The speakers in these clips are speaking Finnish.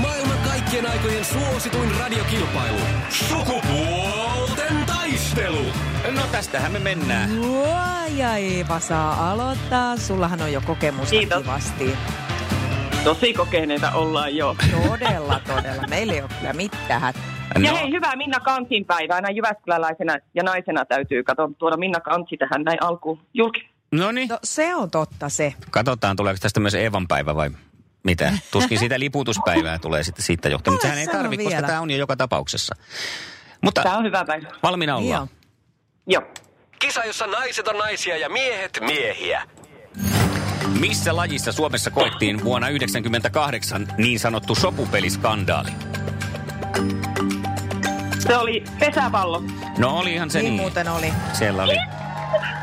Maailman kaikkien aikojen suosituin radiokilpailu. Sukupuolten taistelu. No tästähän me mennään. Joo, ja Eeva saa aloittaa. Sullahan on jo kokemusta Kiitos. kivasti. Tosi kokeneita ollaan jo. Todella, todella. Meillä ei ole kyllä mitään hätää. No. Ja hei, hyvää Minna Kansin päivää. Näin jyväskyläläisenä ja naisena täytyy kato, tuoda Minna Kansi tähän näin alkuun julki. No niin. No, se on totta se. Katsotaan, tuleeko tästä myös Evan päivä vai mitä. Tuskin siitä liputuspäivää tulee sitten siitä johtuen. Mutta Älä sehän ei sano tarvitse, koska vielä. tämä on jo joka tapauksessa. Mutta Tämä on hyvä päivä. valmiina ollaan. Joo. Joo. Kisa, jossa naiset on naisia ja miehet miehiä. Missä lajissa Suomessa koettiin vuonna 1998 niin sanottu sopupeliskandaali? Se oli pesäpallo. No olihan se Niin, niin. muuten oli. Siellä oli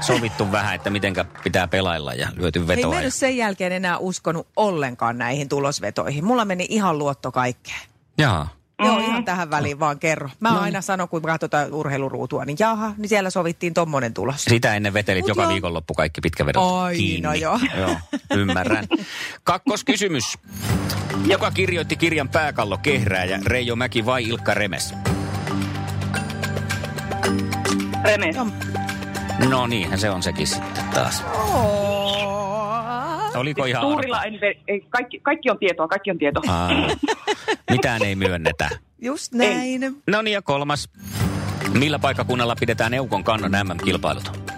sovittu vähän, että mitenkä pitää pelailla ja lyöty Ei vetoa. mä nyt sen jälkeen enää uskonut ollenkaan näihin tulosvetoihin. Mulla meni ihan luotto kaikkeen. Jaa. Joo, ihan tähän väliin vaan kerro. Mä no. aina sanon, kun katsotaan urheiluruutua, niin jaha, niin siellä sovittiin tommonen tulos. Sitä ennen vetelit Mut joka joo. viikonloppu kaikki pitkävedot Ai, kiinni. no joo. joo. Ymmärrän. Kakkoskysymys. Joka kirjoitti kirjan pääkallo kehrääjä Reijo Mäki vai Ilkka Remes? Remes. Joo. No niinhän se on sekin sitten taas. Oh. Oliko ihan Suurilla arpa? en, ve- ei, kaikki, kaikki on tietoa, kaikki on tietoa. Aa, mitään ei myönnetä. Just näin. Ei. No niin ja kolmas. Millä paikkakunnalla pidetään Eukon kannon MM-kilpailut?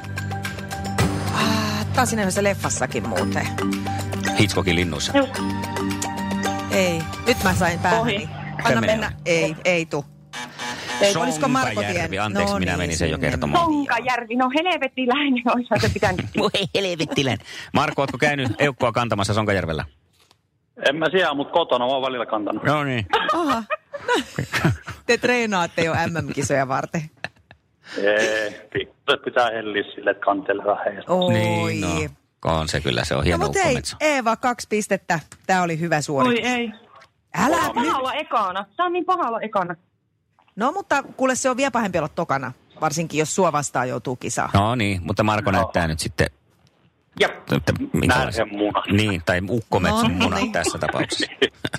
Ah, taas sinänsä leffassakin muuten. Hitchcockin linnuissa. Joo. Ei. Nyt mä sain päähäni. Ohi. Anna Se menee mennä. Ei, ei tu. Ei, olisiko Marko Sonkajärvi. tiennyt? No niin. Anteeksi, minä menin sen jo sinne kertomaan. meni. Sonkajärvi, no helvettiläinen, olisihan se pitänyt. Voi helvettilen. Marko, ootko käynyt Eukkoa kantamassa Sonkajärvellä? En mä siellä, mutta kotona mä oon välillä kantanut. No niin. Aha. Te treenaatte jo MM-kisoja varten. Ei, pikkuset pitää helliä sille, että kantele vähän. ja- Oi. Niin, no. On se kyllä, se on No hieno mut hei, ukkometso. Eeva, kaksi pistettä. Tää oli hyvä Voi suoritus. ei. Älä Paha nyt. olla ekana. Tämä on niin paha olla ekana. No mutta kuule, se on vielä pahempi olla tokana. Varsinkin jos sua vastaan joutuu kisaan. No niin, mutta Marko näyttää nyt sitten... Jep. Että minkälaisen- Närhemunat. Niin, tai ukkometson No, munat niin. tässä tapauksessa.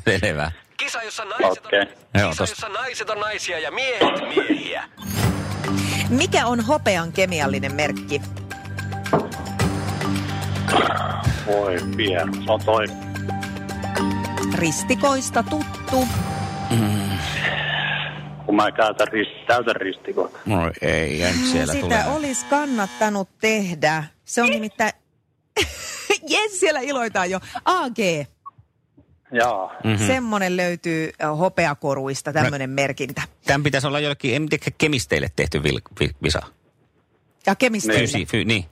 Selvä. Kisa, jossa naiset, Okei. on, Joo, kisa, tosta. jossa naiset on naisia ja miehet miehiä. Mikä on hopean kemiallinen merkki? Voi pieru, se on toi. Ristikoista tuttu. Kun mä käytän rist, täytän ristikoita. No ei, ja nyt siellä Sitä tulee. olisi kannattanut tehdä. Se on nimittäin... Jes, siellä iloitaan jo. AG, Jaa. mm-hmm. semmoinen löytyy ö, hopeakoruista, tämmöinen merkintä. Tämän pitäisi olla jollekin, en tiedä, kemisteille tehty vil, vi, visa. Ja kemistä. Fysi, fy, niin.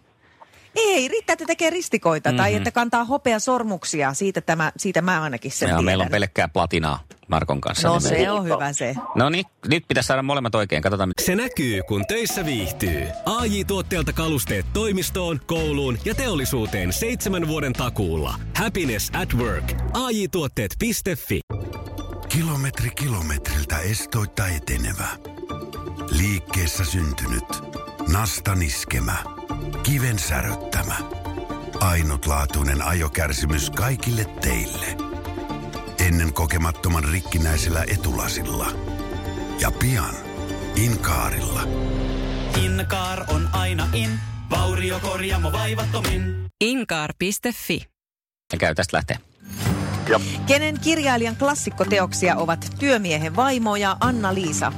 Ei, riittää, että tekee ristikoita mm-hmm. tai että kantaa hopeasormuksia. Siitä, tämä, siitä mä ainakin sen Ja tiedän. meillä on pelkkää platinaa Markon kanssa. No niin me- se on hyvä se. No niin, nyt pitäisi saada molemmat oikein. Katsotaan, mitä- Se näkyy, kun töissä viihtyy. ai tuotteelta kalusteet toimistoon, kouluun ja teollisuuteen seitsemän vuoden takuulla. Happiness at work. ai tuotteetfi Kilometri kilometriltä estoitta etenevä. Liikkeessä syntynyt. Nasta niskemä. Kiven säröttämä. Ainutlaatuinen ajokärsimys kaikille teille. Ennen kokemattoman rikkinäisellä etulasilla. Ja pian Inkaarilla. Inkaar on aina in. Vauriokorjaamo vaivattomin. Inkaar.fi. käy tästä lähtee. Kenen kirjailijan klassikkoteoksia ovat Työmiehen vaimo ja Anna-Liisa?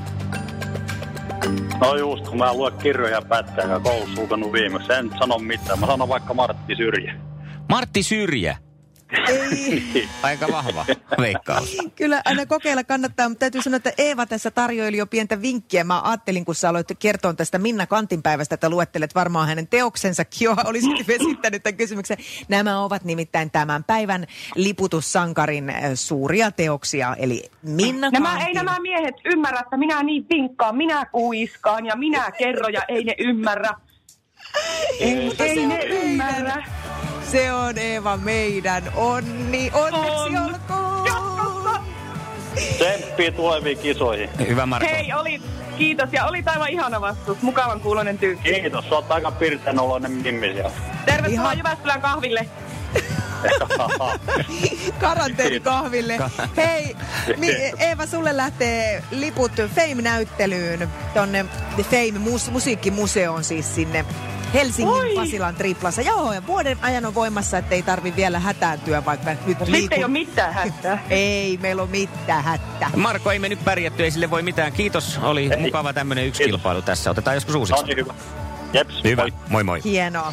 No just, kun mä en lue kirjoja pätkääkään koulussa lukenut viimeksi. En sano mitään. Mä sanon vaikka Martti Syrjä. Martti Syrjä. Ei, Aika vahva veikkaus. kyllä aina kokeilla kannattaa, mutta täytyy sanoa, että Eeva tässä tarjoili jo pientä vinkkiä. Mä ajattelin, kun sä aloit kertoa tästä Minna Kantinpäivästä, että luettelet varmaan hänen teoksensakin jo, olisit vesittänyt tämän kysymyksen. Nämä ovat nimittäin tämän päivän liputussankarin äh, suuria teoksia, eli Minna Nämä Kantin. ei nämä miehet ymmärrä, että minä niin vinkkaan, minä kuiskaan ja minä kerron ja ei ne ymmärrä. Ei, mutta se ei on ne meidän. ymmärrä. Se on Eeva meidän onni. Onneksi On. olkoon! Tsemppiä tuleviin kisoihin. Hyvä Marko. Hei, oli, kiitos ja oli aivan ihana vastaus. Mukavan kuulonen tyyppi. Kiitos, sä oot aika pirteän oloinen mimmi siellä. Siis- Tervetuloa Ihan- Jyväskylän kahville. Karanteenikahville. Hei, mi- Eeva, sulle lähtee liput Fame-näyttelyyn tonne Fame-musiikkimuseoon siis sinne Helsingin Oi. Pasilan triplassa. Joo, ja vuoden ajan on voimassa, ettei tarvi vielä hätääntyä, vaikka nyt Sitten ei ole liikun. mitään hätää. Ei, meillä on mitään hättä. Marko, ei me nyt pärjätty, ei sille voi mitään. Kiitos, oli Ei. mukava tämmönen yksi Kiitos. kilpailu tässä. Otetaan joskus No uusiksi. niin, hyvä. Jeps, Hyvä, moi. moi moi. Hienoa.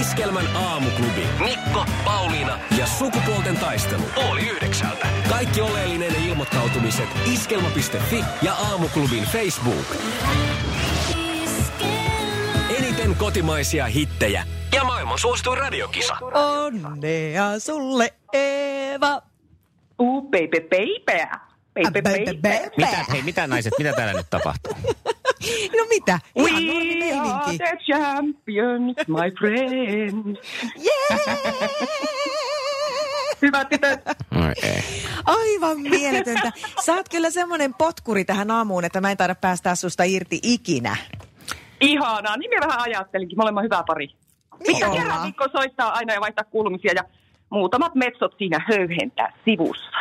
Iskelmän aamuklubi. Mikko, Pauliina ja sukupuolten taistelu. Oli yhdeksältä. Kaikki oleellinen ilmoittautumiset iskelma.fi ja aamuklubin Facebook. Eniten kotimaisia hittejä ja maailman suosituin radiokisa. Onnea sulle, Eeva. Uu, baby, baby. Bä, Baby, bä, baby. bä. Mitä, hei, mitä naiset, mitä täällä nyt tapahtuu? No mitä? We Ihan normimeininki. are the champions, my friend. Yeah! Hyvät tytöt, No, ei. Aivan mieletöntä. Sä oot kyllä semmoinen potkuri tähän aamuun, että mä en taida päästää susta irti ikinä. ihanaa. Niin minä vähän ajattelinkin, me olemme hyvä pari. Pitää ollaan. kerran Mikko soittaa aina ja vaihtaa kulmisia ja muutamat metsot siinä höyhentää sivussa.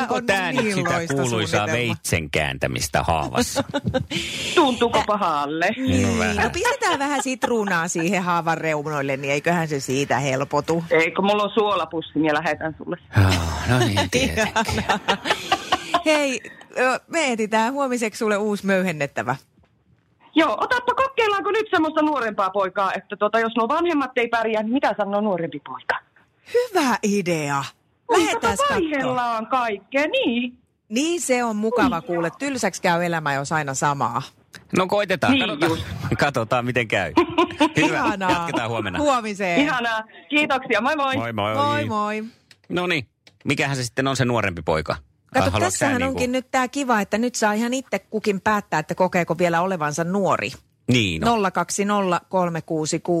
Onko tää niin nyt niin sitä kuuluisaa veitsen kääntämistä haavassa? Tuntuuko pahalle? No Niin, no vähän. pistetään vähän sitruunaa siihen haavan reunoille, niin eiköhän se siitä helpotu. Eikö, mulla on suolapussi, minä lähetän sulle. Ah, No niin, tietenkin. Hei, ö, me etsitään huomiseksi sulle uusi möyhennettävä. Joo, otappa kokeillaanko nyt semmoista nuorempaa poikaa, että tota, jos nuo vanhemmat ei pärjää, niin mitä sanoo nuorempi poika? Hyvä idea. Lähetään Mutta katsomaan. vaihellaan kaikkea, niin. Niin se on mukava kuule. Tylsäksi käy elämä, jos aina samaa. No koitetaan, Niin katsotaan, just. katsotaan miten käy. Hyvä, Ihanaa. jatketaan huomenna. Huomiseen. Ihanaa. Kiitoksia, moi moi. Moi moi. Moi moi. No niin, mikähän se sitten on se nuorempi poika? Kato, Ah, haluatko sä tässähän niinku- onkin nyt tämä kiva, että nyt saa ihan itse kukin päättää, että kokeeko vielä olevansa nuori. Niin, no. No. 020366800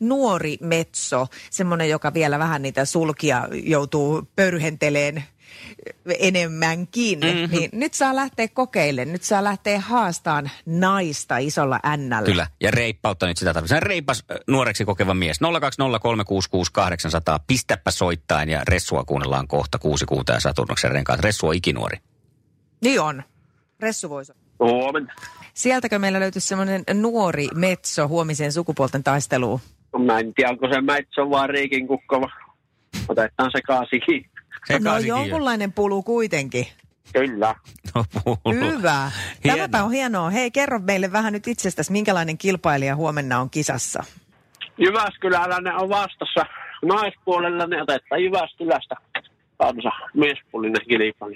nuori metso, semmoinen, joka vielä vähän niitä sulkia joutuu pörhenteleen enemmänkin. Mhm. Mm-hmm. Niin nyt saa lähteä kokeille, nyt saa lähteä haastaan naista isolla ännällä. Kyllä, ja reippautta nyt sitä tarvitsee. Reipas äh, nuoreksi kokeva mies. 020366800. Pistäpä soittain ja Ressua kuunnellaan kohta kuusi kuuta ja Saturnuksen renkaat. Ressu on ikinuori. Niin on. Ressu voisi Huomenta. Sieltäkö meillä löytyisi semmoinen nuori metso huomiseen sukupuolten taisteluun? Mä en tiedä, onko se Mäitsö vaan Riikin kukkova. Otetaan se kaasikin. Sen no kansikin jo. jonkunlainen pulu kuitenkin. Kyllä. No, puhuu. Hyvä. Hienoa. Tämäpä on hienoa. Hei, kerro meille vähän nyt itsestäsi, minkälainen kilpailija huomenna on kisassa. Jyväskyläläinen on vastassa. Naispuolella ne otetaan Jyväskylästä kansa. Miespuolinen kilpailu.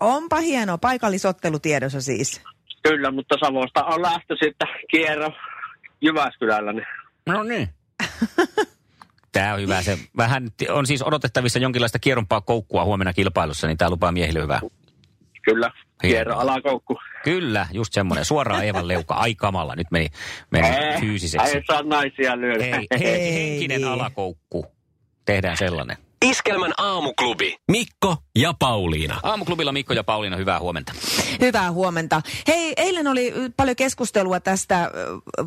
Onpa hienoa. Paikallisottelu tiedossa siis. Kyllä, mutta Savosta on lähtöisin, että kierro Jyväskyläläinen. No niin. Tämä on hyvä. Se vähän on siis odotettavissa jonkinlaista kierrompaa koukkua huomenna kilpailussa, niin tämä lupaa miehille hyvää. Kyllä, kierro Hienoa. alakoukku. Kyllä, just semmoinen. Suoraan Eevan leuka. Ai kamala. Nyt meni, meni ei fyysiseksi. saa naisia lyödä. Hei, hei, Äh, Ei henkinen niin. alakoukku. Tehdään sellainen. Iskelmän aamuklubi. Mikko ja Pauliina. Aamuklubilla Mikko ja Pauliina, hyvää huomenta. Hyvää huomenta. Hei, eilen oli ö, paljon keskustelua tästä ö,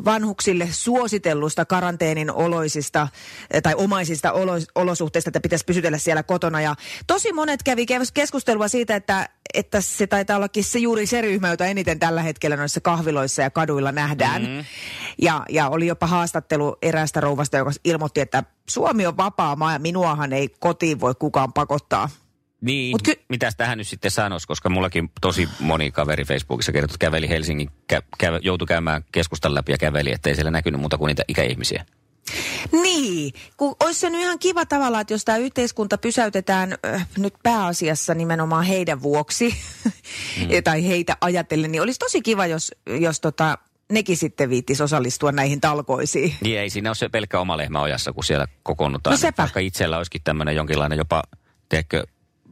vanhuksille suositellusta karanteenin oloisista ö, tai omaisista olo- olosuhteista, että pitäisi pysytellä siellä kotona. Ja tosi monet kävi kes- keskustelua siitä, että, että se taitaa ollakin se juuri se ryhmä, jota eniten tällä hetkellä noissa kahviloissa ja kaduilla nähdään. Mm-hmm. Ja, ja oli jopa haastattelu eräästä rouvasta, joka ilmoitti, että Suomi on vapaa maa ja minuahan ei kotiin voi kukaan pakottaa. Niin, Mut Mut ky- ky- mitäs tähän nyt sitten sanoisi, koska mullakin tosi moni kaveri Facebookissa kertoi, että käveli Helsingin, kä- käy, joutui käymään keskustan läpi ja käveli, ettei siellä näkynyt muuta kuin niitä ikäihmisiä. Niin, kun olisi se nyt ihan kiva tavallaan, että jos tämä yhteiskunta pysäytetään äh, nyt pääasiassa nimenomaan heidän vuoksi mm. tai heitä ajatellen, niin olisi tosi kiva, jos, jos tota, nekin sitten viittis osallistua näihin talkoisiin. Niin ei siinä ole se pelkkä oma lehmä ojassa, kun siellä kokoonnutaan. No sepä. Vaikka itsellä olisikin tämmöinen jonkinlainen jopa, tiedätkö,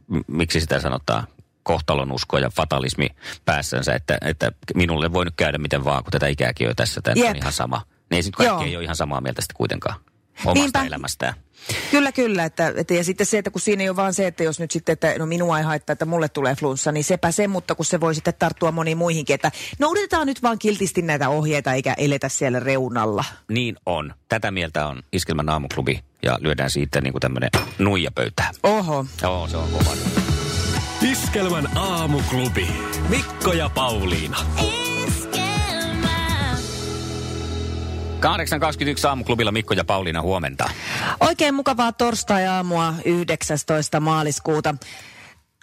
m- miksi sitä sanotaan, kohtalonusko ja fatalismi päässänsä, että, että minulle voi nyt käydä miten vaan, kun tätä ikääkin on tässä, tämä Jep. on ihan sama. Niin ei sit kaikki Joo. ei ole ihan samaa mieltä sitten kuitenkaan omasta Niinpä. elämästään. Kyllä, kyllä. Että, että, ja sitten se, että kun siinä ei ole vaan se, että jos nyt sitten, että no minua ei haittaa, että mulle tulee flunssa, niin sepä se, mutta kun se voi sitten tarttua moniin muihinkin, että noudatetaan nyt vaan kiltisti näitä ohjeita eikä eletä siellä reunalla. Niin on. Tätä mieltä on Iskelmän aamuklubi ja lyödään siitä niin kuin tämmöinen nuija pöytään. Oho. Joo, se on kova. Iskelmän aamuklubi. Mikko ja Pauliina. 8.21 aamuklubilla Mikko ja Pauliina huomenta. Oikein mukavaa torstai-aamua 19. maaliskuuta.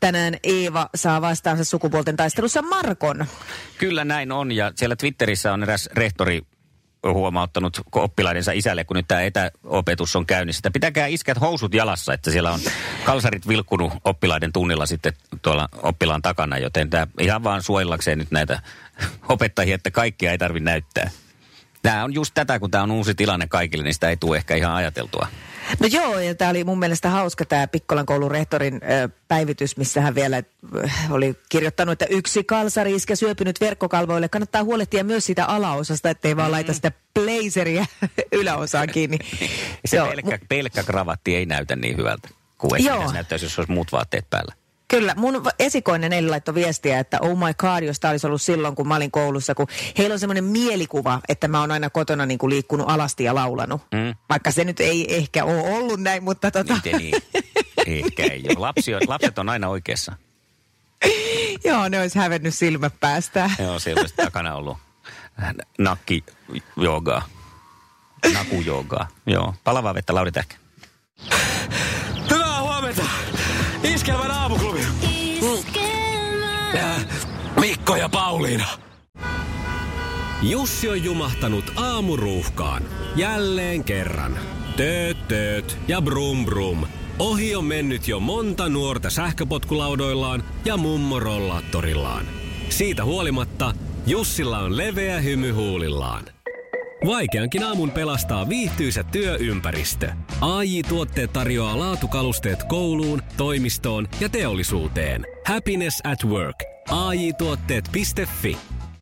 Tänään Eeva saa vastaansa sukupuolten taistelussa Markon. Kyllä näin on ja siellä Twitterissä on eräs rehtori huomauttanut ko- oppilaidensa isälle, kun nyt tämä etäopetus on käynnissä. Että pitäkää iskät housut jalassa, että siellä on kalsarit vilkkunut oppilaiden tunnilla sitten tuolla oppilaan takana, joten tämä ihan vaan suojellakseen nyt näitä opettajia, että kaikkia ei tarvitse näyttää. Tämä on just tätä, kun tämä on uusi tilanne kaikille, niin sitä ei tule ehkä ihan ajateltua. No joo, ja tämä oli mun mielestä hauska tämä Pikkolan koulun rehtorin ö, päivitys, missä hän vielä ö, oli kirjoittanut, että yksi kalsariiskä syöpynyt verkkokalvoille. Kannattaa huolehtia myös sitä alaosasta, ettei vaan laita sitä blazeriä yläosaan kiinni. Se Joo, pelkkä, pelkkä kravatti ei näytä niin hyvältä kuin ehkä Joo. pitäisi näyttäisi, jos olisi muut vaatteet päällä. Kyllä, mun v- esikoinen eilen laittoi viestiä, että oh my god, jos tämä olisi ollut silloin, kun mä olin koulussa, kun heillä on semmoinen mielikuva, että mä oon aina kotona niin kuin liikkunut alasti ja laulanut. Mm. Vaikka se nyt ei ehkä ole ollut näin, mutta tota, Miten niin? Ehkä ei ole. Lapsi on, lapset on aina oikeassa. joo, ne olisi hävennyt silmät päästään. Joo, siellä olisi takana ollut nakki joogaa. Naku joogaa. Joo. Palavaa vettä, Lauri Tähkä. Hyvää huomenta. Iskelmän aamuklubi. Äh, Mikko ja Pauliina. Jussi on jumahtanut aamuruuhkaan. Jälleen kerran. Tööt, tööt ja brum brum. Ohi on mennyt jo monta nuorta sähköpotkulaudoillaan ja mummorollaattorillaan. Siitä huolimatta Jussilla on leveä hymy huulillaan. Vaikeankin aamun pelastaa viihtyisä työympäristö. AI Tuotteet tarjoaa laatukalusteet kouluun, toimistoon ja teollisuuteen. Happiness at work. AJ-tuotteet.fi.